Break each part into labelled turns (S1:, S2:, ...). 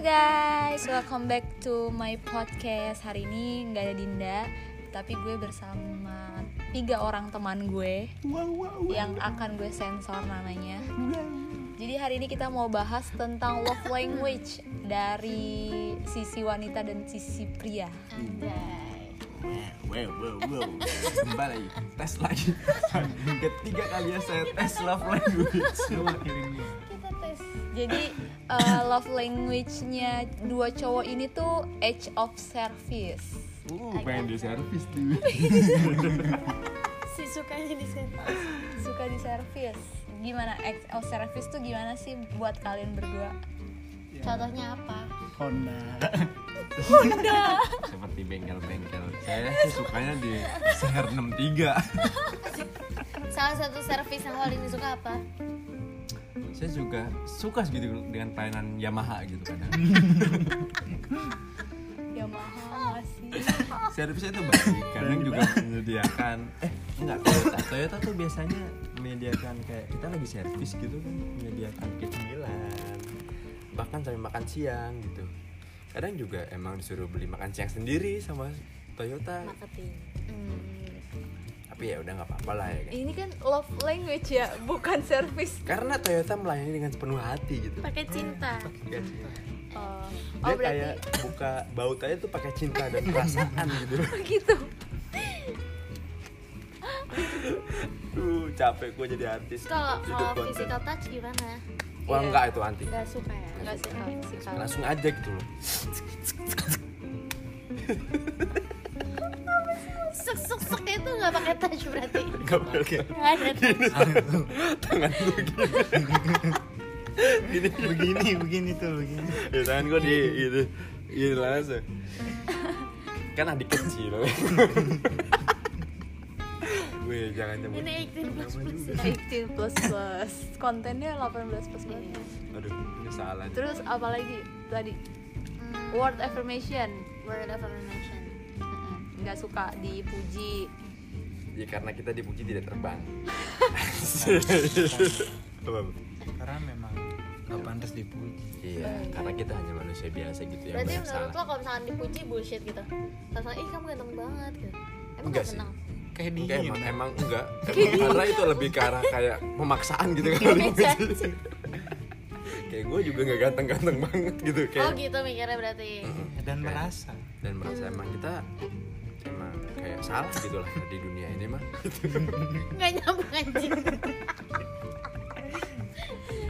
S1: guys, welcome back to my podcast Hari ini nggak ada Dinda, tapi gue bersama tiga orang teman gue
S2: Wow, wow, wow.
S1: Yang akan gue sensor namanya
S2: Wow.
S1: Jadi hari ini kita mau bahas tentang love language Dari sisi wanita dan sisi pria
S3: Anjay.
S2: Wow, wow, wow. Kembali lagi, tes lagi. Ketiga kali ya saya tes love language.
S3: Kita tes
S1: Jadi eh, love language-nya dua cowok ini tuh edge of service
S2: Uh, pengen di servis tuh.
S3: si sukanya di setan.
S1: Suka di service Gimana edge of service tuh gimana sih buat kalian berdua?
S3: Contohnya apa?
S4: Honda
S2: Seperti bengkel-bengkel. Saya sih sukanya di CR 63.
S3: Salah satu servis yang paling disuka apa?
S2: Saya juga suka gitu dengan pelayanan Yamaha gitu kadang.
S1: Ya
S3: Oh.
S1: mahal sih
S2: Servisnya itu baik, kadang juga menyediakan eh enggak Toyota. Toyota tuh biasanya menyediakan kayak kita lagi servis gitu kan, menyediakan kecemilan. Bahkan sampai makan siang gitu. Kadang juga emang disuruh beli makan siang sendiri sama Toyota.
S3: Marketing. Hmm.
S2: Tapi ya udah nggak apa-apa lah ya kan.
S1: Ini kan love language ya, bukan service.
S2: Karena Toyota melayani dengan sepenuh hati gitu.
S3: Pakai cinta.
S2: Iya sih.
S1: Oh,
S2: Dia kayak
S1: berarti
S2: buka baut aja tuh pakai cinta dan perasaan gitu.
S1: begitu.
S2: Duh, capek gue jadi artis.
S3: Kalau
S2: Hidup
S3: kalau
S2: konten.
S3: physical touch gimana? Iya.
S2: Wah enggak itu anti.
S3: Gak suka ya?
S1: Enggak sih kalau physical.
S2: Langsung aja gitu loh.
S3: Sek sek sek ya, itu gak pakai touch berarti.
S2: Enggak boleh.
S3: Gak ada touch.
S2: Tangan gitu. gue gini. gini.
S4: begini begini tuh begini
S2: Ya tangan gue di gitu. Gini langsung. Kan adik kecil. Wih, jangan nyebut.
S3: Ini iklim plus plus.
S1: 18 plus plus. Kontennya 18 plus plus.
S3: Iya.
S2: Aduh, ini salah.
S1: Terus apalagi tadi
S3: Hmm,
S1: word affirmation.
S3: Word of affirmation.
S1: Enggak suka dipuji.
S2: Ya karena kita dipuji tidak terbang. Apa, Bu?
S4: karena memang nggak pantas dipuji
S2: Iya, karena kita hanya manusia biasa gitu yang
S3: Berarti
S2: banyak
S3: menurut lo
S2: salah.
S3: kalau misalkan dipuji bullshit gitu. Sama ih kamu ganteng banget gitu. Emang
S2: Enggak
S3: gak
S2: sih.
S3: senang.
S4: kayak
S2: Enggak,
S3: Iya,
S4: dingin
S2: emang, emang enggak Emang karena itu lebih ke arah kayak pemaksaan gitu
S3: Iya,
S2: kan kayak gue juga nggak ganteng-ganteng banget gitu kayak
S3: Oh gitu mikirnya berarti.
S2: Kayak-
S4: dan merasa
S2: dan merasa emang kita emang kayak salah gitu lah di dunia ini mah
S3: Gak nyambung anjing.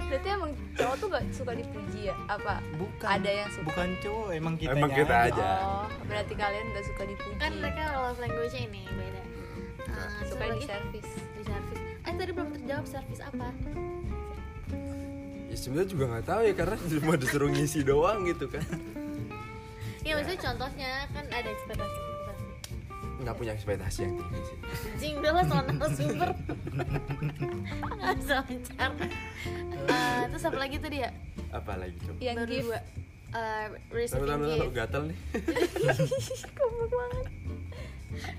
S1: Berarti emang cowok tuh gak suka dipuji ya? Apa
S4: bukan
S1: ada yang suka?
S4: bukan cowok emang kita
S2: Emang kita aja.
S1: Oh, berarti kalian gak suka dipuji.
S3: Kan mereka love language ini beda. Eh,
S1: suka
S3: satu
S1: di
S3: lagi-
S1: service.
S3: di servis eh tadi belum terjawab servis apa
S2: ya sebenarnya juga nggak tahu ya karena cuma disuruh ngisi doang gitu kan
S3: ya maksudnya contohnya kan ada ekspektasi ekspektasi.
S2: nggak punya ekspektasi yang tinggi sih
S3: anjing udah lah soal narasumber nggak selancar Eh, terus apa lagi tadi ya
S2: apalagi coba
S1: Yang
S3: Baru
S1: give
S3: dua. Eh,
S2: tapi
S3: receiving
S2: tahu
S3: gift
S2: gatel nih
S3: Goblok banget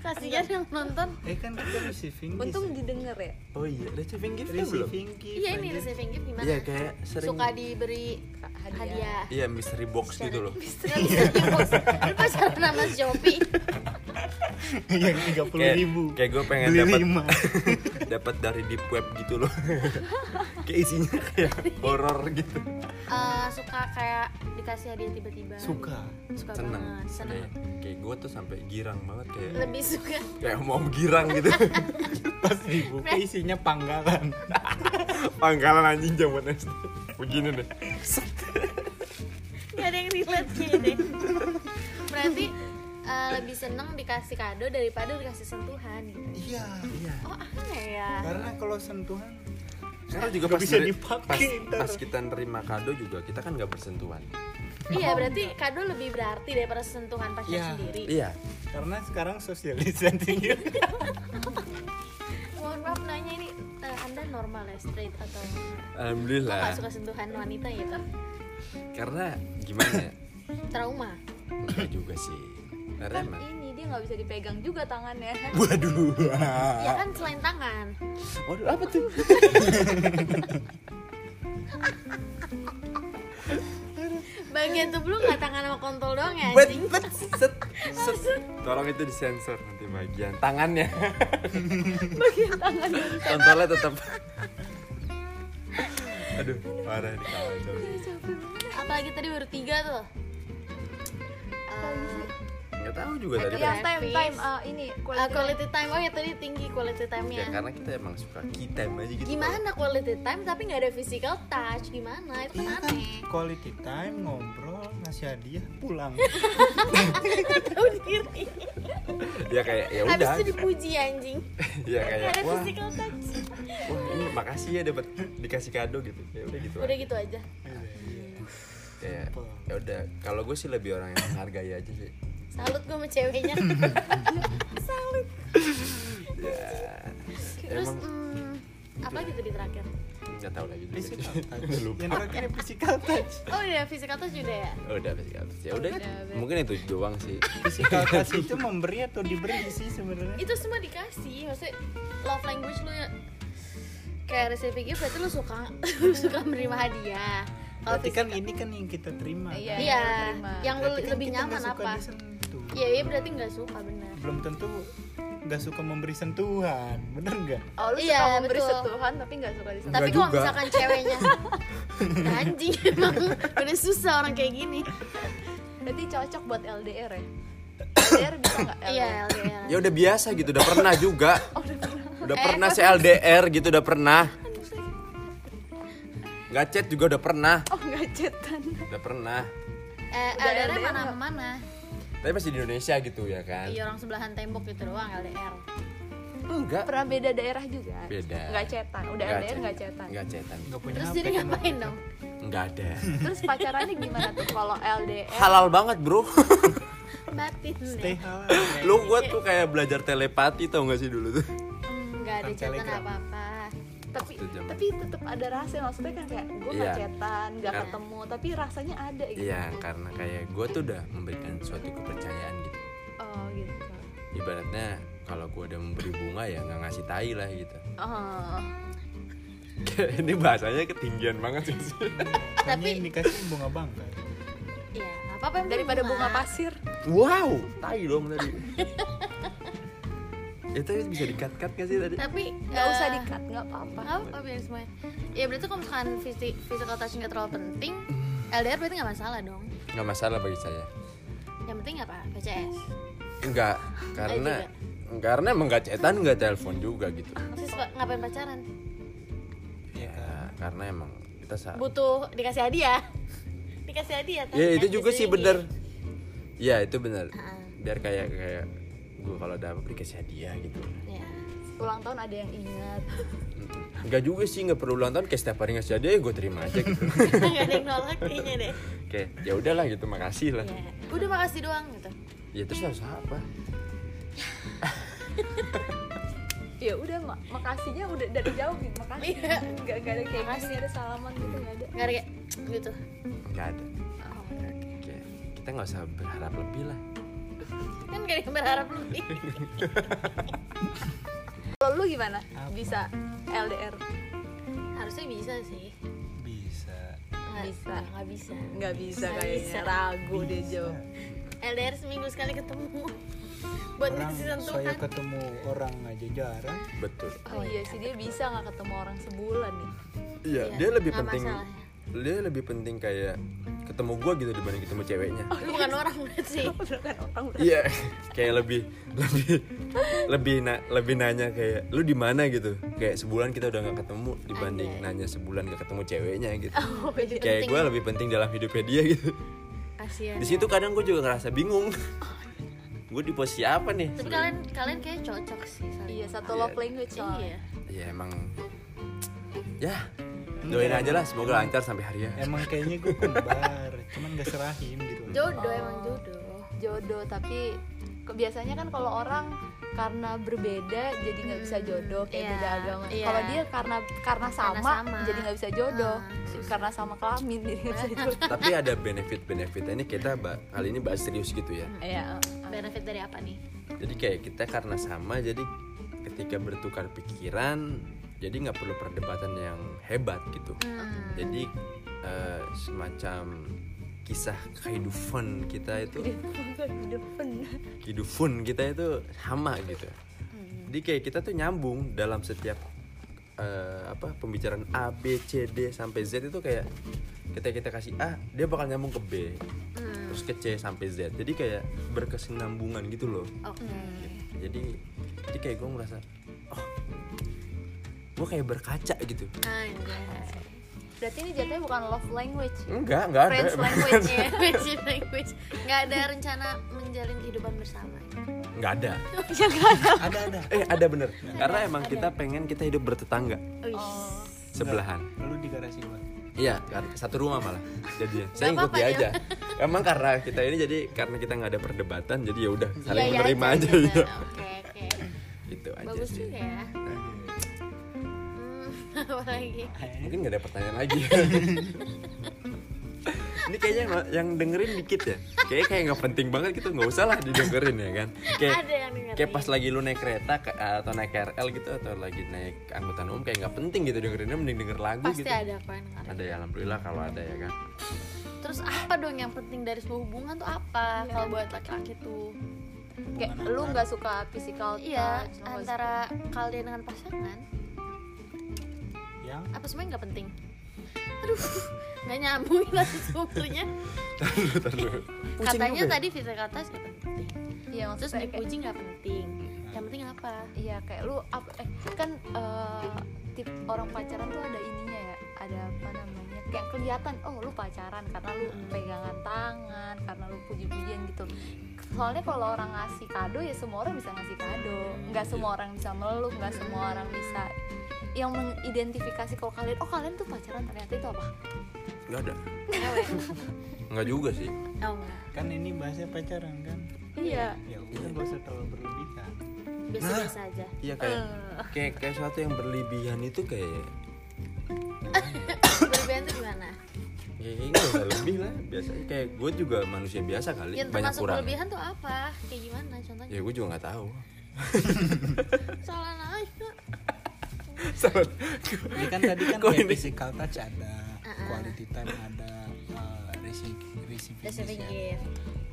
S3: kasihan yang nonton
S4: eh kan kita receiving gift
S1: untung didengar ya.
S2: oh iya receiving gift ya belum
S4: receiving gift
S3: iya ini
S4: anjir.
S3: receiving gift gimana
S2: iya kayak sering
S3: suka diberi
S1: Hadiah.
S3: hadiah
S2: iya mystery box gitu loh
S3: Nggak bisa di-post. Lu pacaran sama si Shopee
S4: yang Iya, tiga puluh
S2: Kayak-
S4: ribu
S2: kayak gue pengen
S4: beli
S2: dapat
S4: lima
S2: dapat dari deep web gitu loh kayak isinya kayak horor gitu
S3: Eh, suka kayak dikasih hadiah tiba-tiba
S4: suka
S3: suka
S2: seneng Iya.
S3: banget seneng
S2: kayak, kayak gue tuh sampai girang banget kayak
S3: lebih suka
S2: kayak mau girang gitu
S4: pas
S1: Nah.
S4: dibuka isinya panggalan
S2: pangkalan anjing zaman SD begini deh
S3: Gak ada yang relate gini Berarti eh, lebih seneng dikasih kado daripada dikasih sentuhan gitu
S4: iya iya
S3: Oh aneh ya
S4: karena kalau sentuhan
S2: karena juga
S4: Nggak
S2: pas,
S4: bisa
S2: neri-
S4: dipakai
S2: pas,
S4: ntar.
S2: pas kita nerima kado juga kita kan nggak bersentuhan
S3: Iya berarti kado lebih berarti daripada sentuhan pacar
S4: Iya.
S3: sendiri
S2: iya
S4: karena sekarang social distancing
S3: Mohon maaf nanya ini eh, Anda normal ya straight atau Kok
S2: alhamdulillah
S3: gak suka sentuhan wanita gitu
S2: karena gimana ya?
S3: Trauma
S2: Enggak juga sih karena
S1: Kan
S2: emang
S1: ini dia nggak bisa dipegang juga tangannya.
S2: waduh
S3: Ya kan selain tangan
S2: waduh apa tuh
S3: Bagi nyentuh lu nggak tangan sama kontol doang ya
S2: Bet,
S3: anjing
S2: bet, set, set. Tolong itu disensor nanti bagian tangannya.
S1: bagian tangan
S2: Kontolnya tetap. Aduh, parah nih kacau.
S3: apalagi tadi baru tiga tuh Eh,
S2: Nggak tahu juga tadi. kan.
S1: ya
S2: Pak.
S1: time time eh, ini quality
S3: uh,
S1: time.
S3: quality time oh ya tadi tinggi quality
S2: Ya
S3: time-nya
S2: karena kita emang suka kita aja gitu.
S3: gimana quality time tapi nggak ada physical touch gimana itu kan aneh
S4: Quality time ngobrol ngasih hadiah pulang.
S3: tahu diri
S2: Ya kayak ya
S3: Oh, habis
S2: udah.
S3: itu dipuji anjing
S2: Ya kayak
S3: nggak ada
S2: wah,
S3: physical touch
S2: wah ini makasih ya dapat dikasih kado gitu. Ya udah gitu.
S3: udah
S2: aja.
S3: gitu aja
S4: Iya,
S2: Kayak ya udah kalau gue sih lebih orang yang menghargai aja sih.
S3: salut gue sama ceweknya salut
S2: Ya.
S3: terus
S2: Emang-
S3: hmm, apa gitu di terakhir
S2: Nggak tahu lagi. juga.
S4: Physical
S2: Udah
S4: touch.
S2: Iya. lupa.
S4: Yang terakhir physical touch.
S3: oh udah physical touch udah ya
S2: Udah physical touch. Ya udah.
S1: Udah, bet.
S2: Mungkin itu doang sih.
S4: Physical touch itu memberi atau diberi sih sebenarnya?
S3: itu semua dikasih maksudnya love language lu ya kayak receiving gift berarti lu suka lu suka menerima hadiah kalau
S4: Berarti kan ini kan yang kita terima. kan?
S1: Iya.
S3: physical- iya
S1: terima.
S3: yang lu
S4: Berarti kan
S3: lebih
S4: kita
S3: nyaman
S4: nggak suka
S3: apa
S4: disentuh.
S3: iya iya berarti nggak suka benar
S4: Belum tentu nggak suka memberi sentuhan, bener nggak?
S1: Oh, lu
S3: Iya,
S1: suka memberi
S3: betul.
S1: sentuhan tapi nggak suka disentuh.
S2: Nggak
S3: tapi kalau
S2: juga.
S3: misalkan ceweknya anjing emang udah susah orang kayak gini
S1: Berarti cocok buat LDR ya? LDR bisa nggak? LDR?
S3: iya LDR
S2: Ya udah biasa gitu, udah pernah juga.
S1: Oh, udah pernah.
S2: Udah pernah saya LDR gitu, udah pernah. Nggak chat juga udah pernah.
S1: Oh, nggak chatan.
S2: Udah pernah.
S3: eh,
S1: Udah
S3: LDR
S1: LDR
S3: mana
S1: nggak?
S3: sama mana
S2: Tapi masih di Indonesia gitu ya kan? Oh,
S3: iya orang sebelahan tembok gitu doang LDR
S2: Enggak.
S1: Pernah beda daerah juga?
S2: Beda.
S1: Nggak chatan. Udah LDR nggak
S2: chatan.
S1: chatan.
S2: Nggak chatan.
S4: Nggak punya
S3: terus
S4: HP
S3: jadi
S4: kan
S3: ngapain dong
S2: Nggak ada.
S1: Terus pacarannya gimana tuh kalau LDR?
S2: Halal banget, Bro.
S1: Iya,
S3: batin
S4: Stay
S3: deh
S4: halal.
S2: Lu gua tuh kayak belajar telepati tau gak sih dulu tuh?
S3: Hmm, nggak ada
S4: Kan
S3: catatan
S4: telegram.
S3: apa apa
S1: Tapi
S2: Itu zaman.
S1: tapi tetap ada rasa maksudnya kan kayak gue nggak
S2: Iya.
S1: chatan, nggak
S2: Kan-
S1: ketemu, tapi rasanya ada gitu.
S2: Iya, karena kayak gua tuh udah memberikan suatu kepercayaan gitu.
S1: Oh, gitu.
S2: Ibaratnya kalau gua udah memberi bunga ya nggak ngasih tai lah gitu.
S1: Oh.
S2: Ini bahasanya ketinggian banget sih.
S4: Tapi
S3: Tapi-
S4: yang dikasih bunga bangga.
S3: Iya, nggak apa-apa yang
S1: Daripada
S3: penting
S1: bunga
S3: mah.
S1: pasir.
S2: Wow, tai dong tadi. itu bisa dikat-kat gak sih tadi?
S3: Tapi
S1: Nggak usah
S3: eh,
S1: dikat, nggak apa-apa.
S3: nggak apa-apa biarin semuanya. Ya berarti kalau misalkan fisik, physical touch nggak terlalu penting, LDR berarti nggak masalah dong.
S2: Gak masalah bagi saya.
S3: Yang penting apa? PCS.
S2: Enggak, karena karena emang gak cetan gak telepon juga gitu.
S3: Terus pa- ngapain pacaran?
S2: Ya, karena emang kita saat
S3: Butuh dikasih hadiah. dikasih hadiah. tapi
S2: Ya
S3: kan
S2: itu juga sih
S3: diselingi.
S2: bener. Ya itu bener.
S3: Heeh.
S2: Biar kayak kayak gue kalau ada aplikasi hadiah gitu.
S3: Iya.
S1: Ulang tahun ada yang ingat.
S2: Enggak juga sih nggak perlu ulang tahun kayak setiap hari ngasih hadiah ya gue terima aja gitu.
S3: Nggak ada yang nolak kayaknya deh.
S2: Oke, ya udahlah gitu makasih lah.
S3: Iya. Udah makasih doang gitu.
S2: Ya terus harus apa?
S1: ya udah mak makasihnya udah dari jauh gitu makasih
S3: Iya.
S1: nggak nggak ada kayak gini ada salaman gitu nggak ada
S3: Nggak ada kayak gitu.
S2: Enggak ada.
S3: Oh,
S2: Oke, kita nggak usah berharap lebih lah.
S3: Kan nggak ada yang berharap lebih.
S1: kalau lu gimana bisa LDR
S3: Harusnya bisa sih.
S4: Bisa.
S3: Nggak
S1: Bisa.
S3: Nggak bisa.
S1: nggak bisa
S3: Nggak bisa.
S1: kayaknya ragu deh Jo
S3: LDR seminggu sekali ketemu. Buat
S4: Orang
S3: ngasih
S4: saya
S3: sentuhan.
S4: ketemu orang aja jarang.
S2: Betul.
S1: oh iya sih dia bisa nggak ketemu orang sebulan nih
S2: Iya,
S3: Iya,
S2: dia lebih
S3: nggak
S2: penting.
S3: masalah. ya.
S2: Dia lebih penting kayak ketemu gua gitu dibanding ketemu ceweknya.
S3: Lu bukan orang berarti.
S1: bukan
S3: Oh,
S1: orang udah
S2: Iya, kayak lebih lebih lebih na- lebih nanya kayak lu di mana gitu. Kayak sebulan kita udah nggak ketemu dibanding
S3: Anjay. Oh,
S2: nanya sebulan nggak ketemu ceweknya gitu.
S3: Lebih
S2: kayak
S3: penting. ya.
S2: gua lebih penting dalam hidupnya dia gitu.
S3: Kasihan.
S2: Di situ kadang gue juga ngerasa bingung. gue di posisi apa nih?
S3: Oh, iya. Tapi
S2: sebenarnya?
S3: kalian kalian kayak cocok sih. saling.
S1: iya satu
S2: Iya.
S1: love language soalnya
S3: Iya.
S2: Ya emang ya doain aja lah semoga lancar sampai hari ya.
S4: Emang kayaknya gue kembar, cuman gak serahim gitu.
S3: Jodoh emang jodoh.
S1: jodoh tapi ke- biasanya kan kalau orang karena berbeda jadi nggak bisa jodoh kayak
S3: iya,
S1: beda agama
S3: iya.
S1: kalau dia karena Hmm. karena sama, Ah.
S3: sama.
S1: jadi nggak bisa jodoh karena sama kelamin jadi nggak bisa jodoh
S2: Tapi ada benefit-benefitnya ini kita ba- kali ini bahas serius gitu ya.
S1: Iya.
S3: Benefit dari apa nih?
S2: Jadi kayak kita karena sama jadi ketika bertukar pikiran jadi nggak perlu perdebatan yang hebat gitu. Jadi eh, semacam kisah kehidupan kita itu kehidupan kita itu sama gitu jadi kayak kita tuh nyambung dalam setiap eh, apa pembicaraan A B C D sampai Z itu kayak kita kita kasih A dia bakal nyambung ke B terus ke C sampai Z jadi kayak berkesinambungan gitu loh
S3: Oke.
S1: Hmm.
S2: jadi jadi kayak gue merasa oh gue kayak berkaca gitu
S3: Anjay.
S1: Berarti ini jatuhnya bukan love language.
S2: enggak enggak ada
S3: Friends language ya, friends language. Nggak ada rencana menjalin kehidupan bersama.
S2: enggak ada
S4: ada ada
S2: eh ada bener karena emang kita pengen kita hidup bertetangga
S3: Oh.
S2: sebelahan
S4: lu di garasi gua
S2: Iya, kar- satu rumah malah jadinya. Saya
S3: Nggak
S2: ikut dia
S3: apa-apa, ya.
S2: aja. Emang karena kita ini jadi karena kita nggak ada perdebatan, jadi ya udah saling
S3: Iya, iya
S2: menerima aja,
S3: gitu.
S2: iya.
S3: Oke, oke.
S2: Gitu aja
S3: Bagus
S2: sih.
S3: juga ya. Hmm, apa lagi?
S2: Mungkin nggak ada pertanyaan lagi. ini kayaknya nggak- yang dengerin dikit ya. Kayak kayak nggak penting banget gitu, nggak usah lah didengerin ya kan. Kayak
S3: Ada yang dengerin.
S2: kayak pas lagi lu naik kereta ke- atau naik KRL gitu atau lagi naik angkutan umum kayak nggak penting gitu dengerinnya mending denger lagu
S3: Pasti
S2: gitu.
S3: ada kok yang dengerin.
S2: Ada ya alhamdulillah kalau ada ya kan.
S3: Terus apa dong yang penting dari sebuah hubungan tuh apa?
S1: Iya.
S3: Kalau buat laki-laki tuh
S1: Kayak lu nggak suka physical
S3: Iya,
S1: touch, lu nggak suka-
S3: antara kalian dengan pasangan
S4: yang
S3: apa semuanya nggak penting? Aduh, nggak nyambung lah sebetulnya.
S2: Bentar dulu. Pusing
S3: Katanya
S2: juga ya?
S3: tadi physical touch nggak penting.
S1: Iya,
S3: Terus
S1: maksudnya kayak-
S3: dipuji nggak penting. Yang penting apa?
S1: Iya, kayak lu apa eh kan eh, tip orang pacaran tuh ada ininya ya. Ada apa namanya? Kayak kelihatan oh lu pacaran karena lu
S3: Hmm.
S1: pegangan tangan, karena lu puji-pujian gitu. Soalnya kalau orang ngasih kado ya semua orang bisa ngasih kado. Nggak semua orang bisa meluk, nggak semua orang bisa yang mengidentifikasi kalau kalian oh kalian tuh pacaran ternyata itu apa?
S2: Nggak ada.
S3: Ewe.
S2: Nggak juga sih.
S3: Oh, enggak.
S4: kan ini bahasnya pacaran kan
S1: Iya.
S4: ya udah gak usah terlalu berlebihan
S3: Biasa-biasa aja.
S2: Iya kayak
S3: Eh,
S2: kayak kayak sesuatu yang berlebihan itu kayak
S3: Berlebihan tuh gimana?
S2: ya ini udah lebih lah biasa kayak gue juga manusia biasa kali
S3: Yang
S2: banyak
S3: termasuk
S2: kurang
S3: berlebihan tuh apa? Kayak gimana contohnya?
S2: ya gue juga nggak tahu
S3: Salah nanya.
S2: Salah.
S4: ini kan tadi kan
S2: Kok
S4: kayak
S2: ini?
S4: physical touch ada quality time ada uh, reci-
S3: Receiving
S4: reciprocation
S3: gift.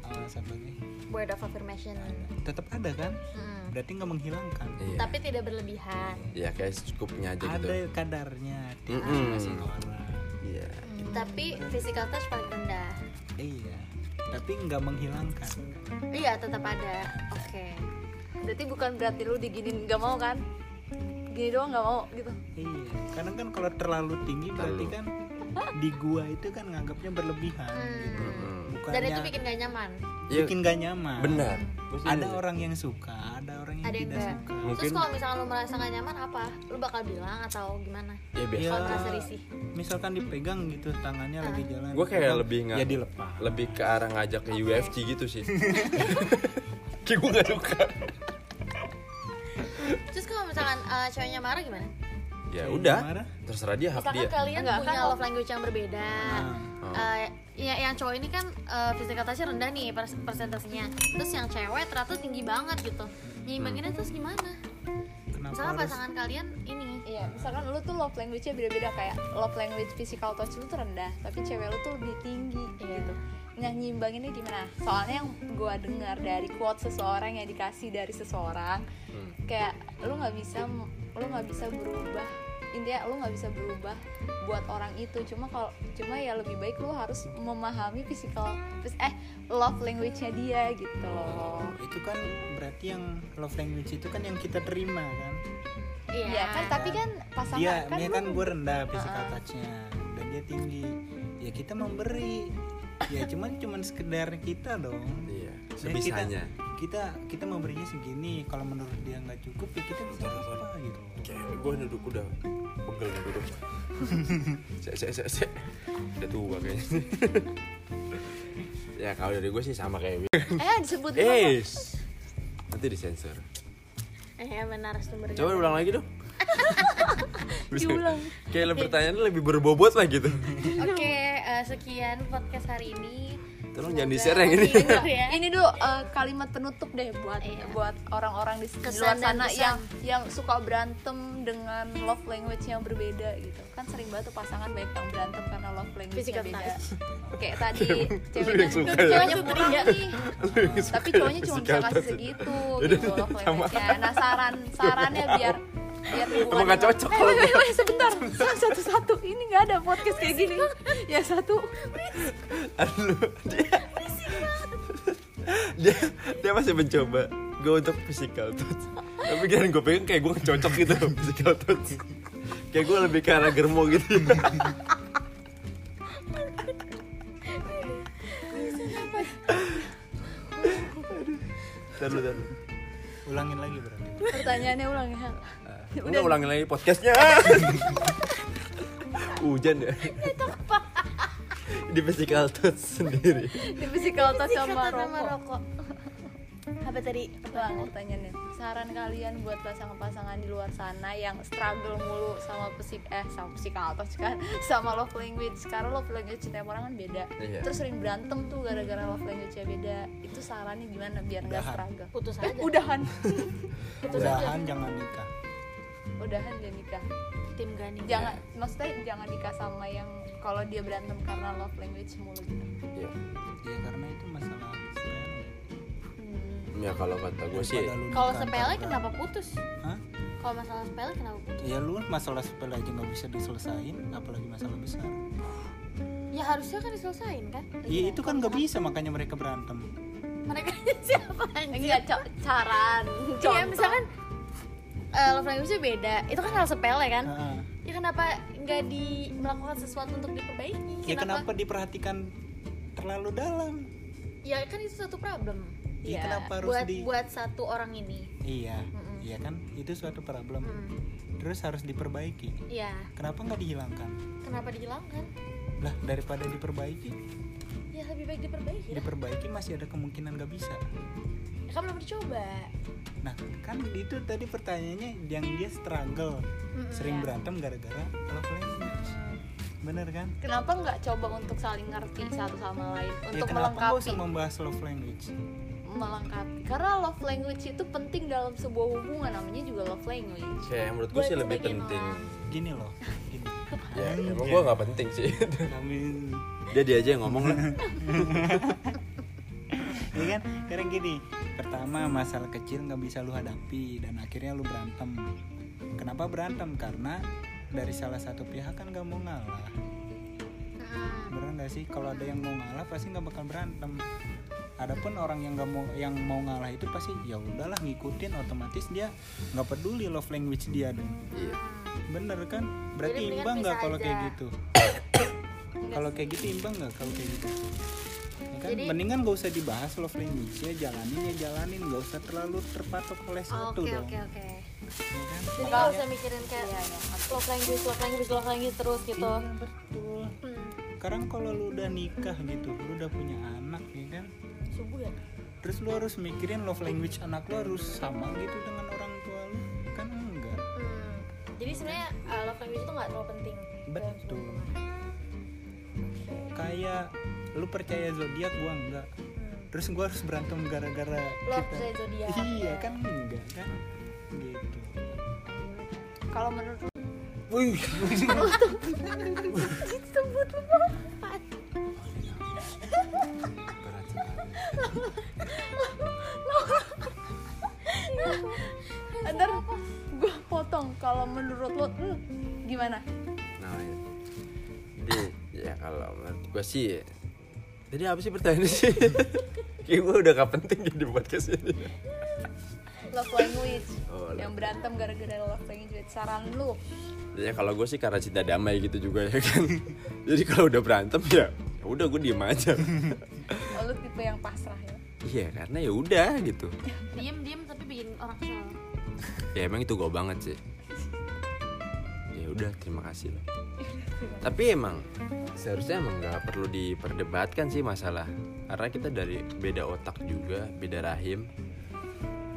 S4: uh, satu lagi
S3: Word of affirmation.
S4: tetap ada kan
S3: Mm.
S4: berarti nggak menghilangkan
S2: iya
S3: Tapi tidak berlebihan.
S2: ya kayak secukupnya aja gitu
S4: ada kadarnya di
S2: Mm-mm.
S4: masing orang
S2: iya
S3: Mm. Tapi physical touch paling rendah.
S4: iya tapi nggak menghilangkan
S3: Iya, tetap ada. Oke.
S1: Berarti bukan berarti lu diginin nggak mau kan? Gini doang nggak mau gitu.
S4: iya karena kan kalau terlalu tinggi berarti
S2: Terlalu.
S4: kan di gua itu kan nganggapnya berlebihan gitu
S2: Mm-mm.
S3: Hmm.
S4: bukannya
S3: Mm. Dan itu bikin gak nyaman.
S2: Iya,
S4: bikin gak nyaman
S2: benar Gua setuju.
S4: ada orang yang suka ada orang yang
S3: Ada yang
S4: tidak
S3: enggak.
S4: suka
S3: Terus
S2: Iya, Mungkin-
S3: kalau misalnya lu merasa gak nyaman apa? Lu bakal bilang atau gimana?
S2: ya
S4: Iya.
S2: biasa
S3: Kalau merasa risih.
S4: misalkan dipegang gitu tangannya
S1: Ah.
S4: lagi jalan
S2: gue kayak
S4: dipegang,
S2: lebih nggak
S4: ya dilepas
S2: lebih ke arah ngajak ke UFC
S3: ya?
S2: gitu sih kayak gue nggak suka Ya
S3: Terus kalau misalkan eh, ceweknya marah gimana?
S2: ya
S4: Kayak
S2: udah
S4: marah.
S2: terserah dia hak
S3: Misalkan
S2: dia
S3: kalian
S1: Enggak,
S3: punya
S1: kan-
S3: love language yang berbeda.
S2: Oh.
S3: Eh, ya, yang cowok ini kan eh, physical touch-nya rendah nih pers- persentasenya. Terus yang cewek ternyata tinggi banget gitu. Nyimbanginnya
S2: Hmm.
S3: terus gimana?
S4: kenapa
S3: Misalnya
S4: harus
S3: pasangan kalian ini
S1: Iya, misalkan lu tuh love language-nya beda-beda kayak love language physical touch lu tuh rendah, tapi cewek lu tuh lebih tinggi
S3: Iya.
S1: gitu. Nah, nyimbanginnya gimana? Soalnya yang gua dengar dari quote seseorang yang dikasih dari seseorang
S2: Hmm.
S1: kayak lu nggak bisa lu nggak bisa berubah intinya lu nggak bisa berubah buat orang itu cuma kalau cuma ya lebih baik lu harus memahami physical eh love language-nya dia gitu loh
S4: itu kan berarti yang love language itu kan yang kita terima kan
S3: Iya.
S1: Iya kan tapi kan pasangan
S4: dia
S1: kan,
S4: dia
S1: lu-
S4: kan gue rendah physical
S1: Ah.
S4: touch-nya dan dia tinggi ya kita memberi ya cuman cuman sekedar kita dong
S2: iya
S4: Ya,
S2: sebisanya
S4: kita, kita kita memberinya segini kalau menurut dia nggak cukup ya kita bisa apa gitu
S2: kayak gue duduk udah pegel nih duduk Sek, sek, sek, sek. udah tua kayaknya ya kalau dari gue sih sama kayak Wi.
S1: eh disebut dulu,
S2: eh shh. nanti disensor
S3: Eh benar sumbernya.
S2: coba ulang lagi dong Bisa-
S1: Diulang.
S2: kayak lebih pertanyaan lebih berbobot lah gitu
S3: Oke, eh, sekian podcast hari ini.
S2: Tolong jangan di-share yang ini.
S3: Dengar ya.
S1: ini dulu eh, kalimat penutup deh buat
S3: Iya.
S1: buat orang-orang di di
S3: Kesan
S1: luar
S3: dan
S1: sana
S3: pesan.
S1: yang yang suka berantem dengan love language yang berbeda gitu kan sering banget tuh pasangan banyak yang berantem karena love language nya
S3: Physical
S1: beda
S3: touch.
S1: kayak tadi ceweknya
S2: yang suka
S1: "Duh, ceweknya
S3: ya?"
S1: kurang nih tapi cowoknya cuma bisa kasih segitu gitu love language-nya nah saran sarannya biar biar hubungan
S2: nggak cocok kalau
S1: Eh, wait, wait, sebentar satu-satu ini nggak ada podcast kayak gini ya satu
S2: Aduh, dia, dia dia masih mencoba gue untuk physical touch tapi kan gue pengen kayak gue cocok gitu physical touch kayak gue lebih ke arah germo gitu Terus, terus.
S4: ulangin lagi berarti
S1: pertanyaannya ulang ya
S2: Enggak ulangin lagi podcastnya. Hujan ya. Di physical touch sendiri.
S1: di physical touch sama rokok
S3: rokok. Apa tadi?
S1: Bang, pertanyaannya saran kalian buat pasangan-pasangan di luar sana yang struggle mulu sama pesik eh sama psikatos kan sama love language karena love language tiap orang kan beda
S2: Iya.
S1: terus sering berantem tuh gara-gara love language nya beda itu sarannya gimana biar nggak
S4: Udahan.
S1: struggle
S3: Putus
S1: eh,
S3: aja.
S1: udahan
S4: udahan jangan nikah
S1: udahan dan nikah
S3: Tim Gani.
S1: jangan
S4: Iya.
S1: maksudnya jangan nikah sama yang kalau dia berantem karena love language mulu gitu
S2: Iya.
S4: ya karena itu masalah sepele
S2: Ya kalau kata gue sih
S4: Daripada lu
S3: Kalau
S4: nikah
S3: sepele
S4: antara-
S3: kenapa putus?
S4: Hah?
S3: Kalau masalah sepele kenapa putus?
S4: ya lu masalah sepele aja nggak bisa diselesain apalagi masalah besar
S3: Ya harusnya kan diselesain kan?
S4: Iya itu kan nggak bisa makanya mereka berantem.
S3: Mereka siapa anjir?
S1: enggak co- saran
S3: Iya,
S1: contoh.
S3: misalkan eh, love language-nya beda. Itu kan hal sepele kan?
S4: Heeh.
S3: Ya kenapa nggak di melakukan sesuatu untuk diperbaiki?
S4: ya kenapa diperhatikan terlalu dalam?
S3: Ya kan itu satu problem.
S4: Ya, kenapa
S3: Iya,
S4: harus
S3: buat
S4: di-
S3: buat satu orang ini.
S4: Iya,
S3: Mm-mm.
S4: iya kan itu suatu problem.
S3: Hmm.
S4: Terus harus diperbaiki.
S3: Ya,
S4: Kenapa nggak dihilangkan?
S3: kenapa dihilangkan?
S4: Lah daripada diperbaiki,
S3: Ya lebih baik diperbaiki lah.
S4: diperbaiki masih ada kemungkinan nggak bisa.
S3: Ya, kan belum dicoba.
S4: Nah kan itu tadi pertanyaannya yang dia struggle,
S3: Mm-mm,
S1: iya.
S4: sering
S3: ya.
S4: berantem gara-gara love language. Bener kan?
S1: kenapa nggak coba untuk saling ngerti satu sama lain
S4: Ya,
S1: untuk
S4: kenapa nggak
S1: melengkapi
S4: usah membahas love language?
S1: melengkapi karena love language itu penting dalam sebuah hubungan namanya juga love language
S2: kayak menurut gue sih
S3: Buat
S2: lebih
S3: sebagian
S2: penting.
S3: orang.
S4: Gini loh, gini.
S2: Ya, emang gue nggak penting sih.
S4: Kami
S2: Dia dia aja yang ngomong lah.
S4: Iya kan? Karena gini, pertama masalah kecil nggak bisa lu hadapi dan akhirnya lu berantem. Kenapa berantem? Karena dari salah satu pihak kan nggak mau ngalah. Bener nggak sih? Kalau ada yang mau ngalah pasti nggak bakal berantem. Adapun orang yang nggak mau yang mau ngalah itu pasti ya udahlah ngikutin otomatis dia nggak peduli love language dia dong.
S2: Iya.
S4: Bener kan? Berarti
S3: Jadi mendingan
S4: imbang nggak
S3: pisah
S4: kalau kayak
S3: aja. Iya
S4: gitu? kalau kayak gitu imbang nggak kalau kayak gitu? Ya kan?
S3: Jadi-
S4: Mendingan gak usah dibahas love language ya jalanin ya jalanin nggak usah terlalu terpatok oleh satu
S3: Oke
S4: dong.
S3: oke oke.
S4: Ya kan?
S3: Jadi nggak usah Iya, mikirin kayak love language, love language, love language terus gitu.
S4: Iya, betul.
S3: Hmm.
S4: Sekarang kalau lu udah nikah gitu, lu udah punya anak ya kan,
S3: Subuh ya?
S4: terus lu harus mikirin love language anak lu harus sama gitu dengan orang tua lu kan enggak.
S3: Hmm. Jadi sebenarnya uh, love language itu nggak terlalu penting. dalam sebuah
S4: Betul.
S3: hubungan.
S4: Kayak lu percaya zodiak gua enggak.
S3: Hmm.
S4: Terus gua harus berantem gara-gara
S3: Lo
S4: kita.
S3: percaya zodiak.
S4: Iya kan enggak kan? Gitu.
S1: kalau menurut
S4: Wih,
S2: Berat sekali.
S1: ntar gue potong kalau menurut lo hmm, gimana
S2: Nah, ya. jadi ya kalau menurut gue sih tadi apa sih pertanyaannya sih? Kayak gue udah gak penting di podcast ini.
S1: love language
S2: Oh, love.
S1: yang berantem gara-gara love language saran lu
S2: Ya kalau gue sih karena cinta damai gitu juga ya kan. Jadi kalau udah berantem ya ya udah gue diem aja.
S1: Oh, lu tipe yang pasrah ya
S2: Iya karena ya udah gitu.
S3: Diem diem tapi bikin orang kesel.
S2: Ya emang itu gue banget sih. Ya udah terima kasih lah. Tapi emang seharusnya emang nggak perlu diperdebatkan sih masalah karena kita dari beda otak juga, beda rahim.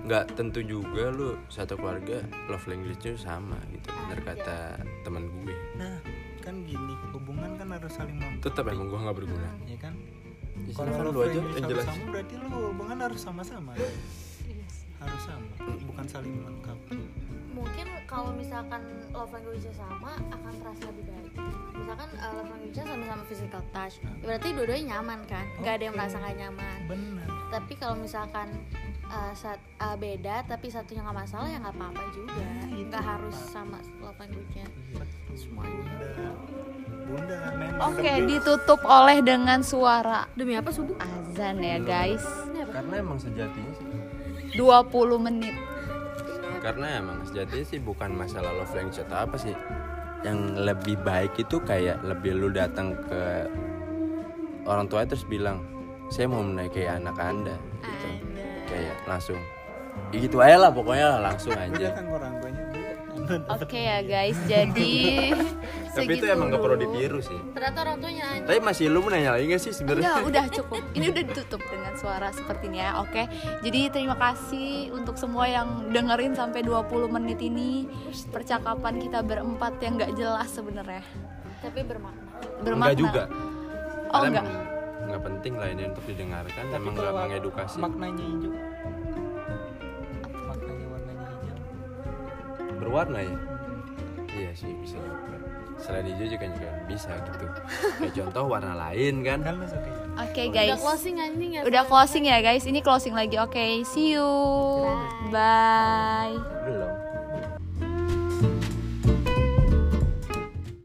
S2: Nggak tentu juga lu satu keluarga love language-nya sama gitu. Bener kata teman gue.
S4: Nah, kan gini, hubungan kan harus saling mem
S2: Tetap emang gue nggak berguna.
S4: ya kan?
S2: Ya,
S4: Kalau
S2: silakan lu
S4: love
S2: aja
S4: language
S2: yang
S4: harus
S2: jelas.
S4: sama berarti lu hubungan harus sama-sama. harus sama, bukan saling melengkapi.
S3: mungkin kalau misalkan love language-nya sama akan terasa lebih baik misalkan uh, love language-nya sama-sama physical touch berarti dua-duanya nyaman kan nggak ada yang
S4: Oke.
S3: merasa nggak nyaman
S4: Benar.
S3: tapi kalau misalkan uh, sat- uh, beda tapi satunya nggak masalah ya nggak apa-apa juga
S4: itu
S3: nggak harus
S4: apa.
S3: sama love language-nya
S4: Semuanya. Bunda, Bunda memang
S1: Oke,
S4: the best.
S1: ditutup oleh dengan suara
S3: demi apa subuh
S1: azan ya guys.
S2: karena emang sejatinya sih
S1: 20 menit.
S2: karena emang sejatinya sih bukan masalah love language atau apa sih yang lebih baik itu kayak lebih lu datang ke orang tua terus bilang saya mau menikahi anak anda gitu kayak langsung Ya gitu aja lah pokoknya lah, langsung
S4: Bunda
S2: aja
S4: kan orang tuanya Bu.
S1: Oke ya guys, jadi
S2: tapi itu
S1: segitu
S2: emang gak perlu
S1: dulu.
S2: ditiru sih
S3: ternyata orang tuanya nanya
S2: tapi masih lu mau nanya lagi gak
S1: Enggak,
S2: sih sebenarnya
S1: Iya, udah cukup. Ini udah ditutup dengan suara seperti ini ya. Oke. Jadi terima kasih untuk semua yang dengerin sampai 20 menit ini percakapan kita berempat yang nggak jelas sebenarnya.
S3: tapi bermakna
S1: Bermakna.
S2: juga
S1: Oh,
S2: Karena
S1: enggak.
S2: nggak penting lah ini untuk didengarkan emang nggak
S4: kalau
S2: mengedukasi
S4: Maknanya hijau. Maknanya warnanya hijau.
S2: berwarna ya iya sih bisa juga selain hijau juga juga bisa gitu kayak contoh warna lain kan
S4: Kan lu suka hijau.
S1: Oke
S3: udah
S1: guys.
S3: closing anjing ya
S1: Udah closing ya guys. Ini closing lagi. Oke, see you. Bye.
S2: belum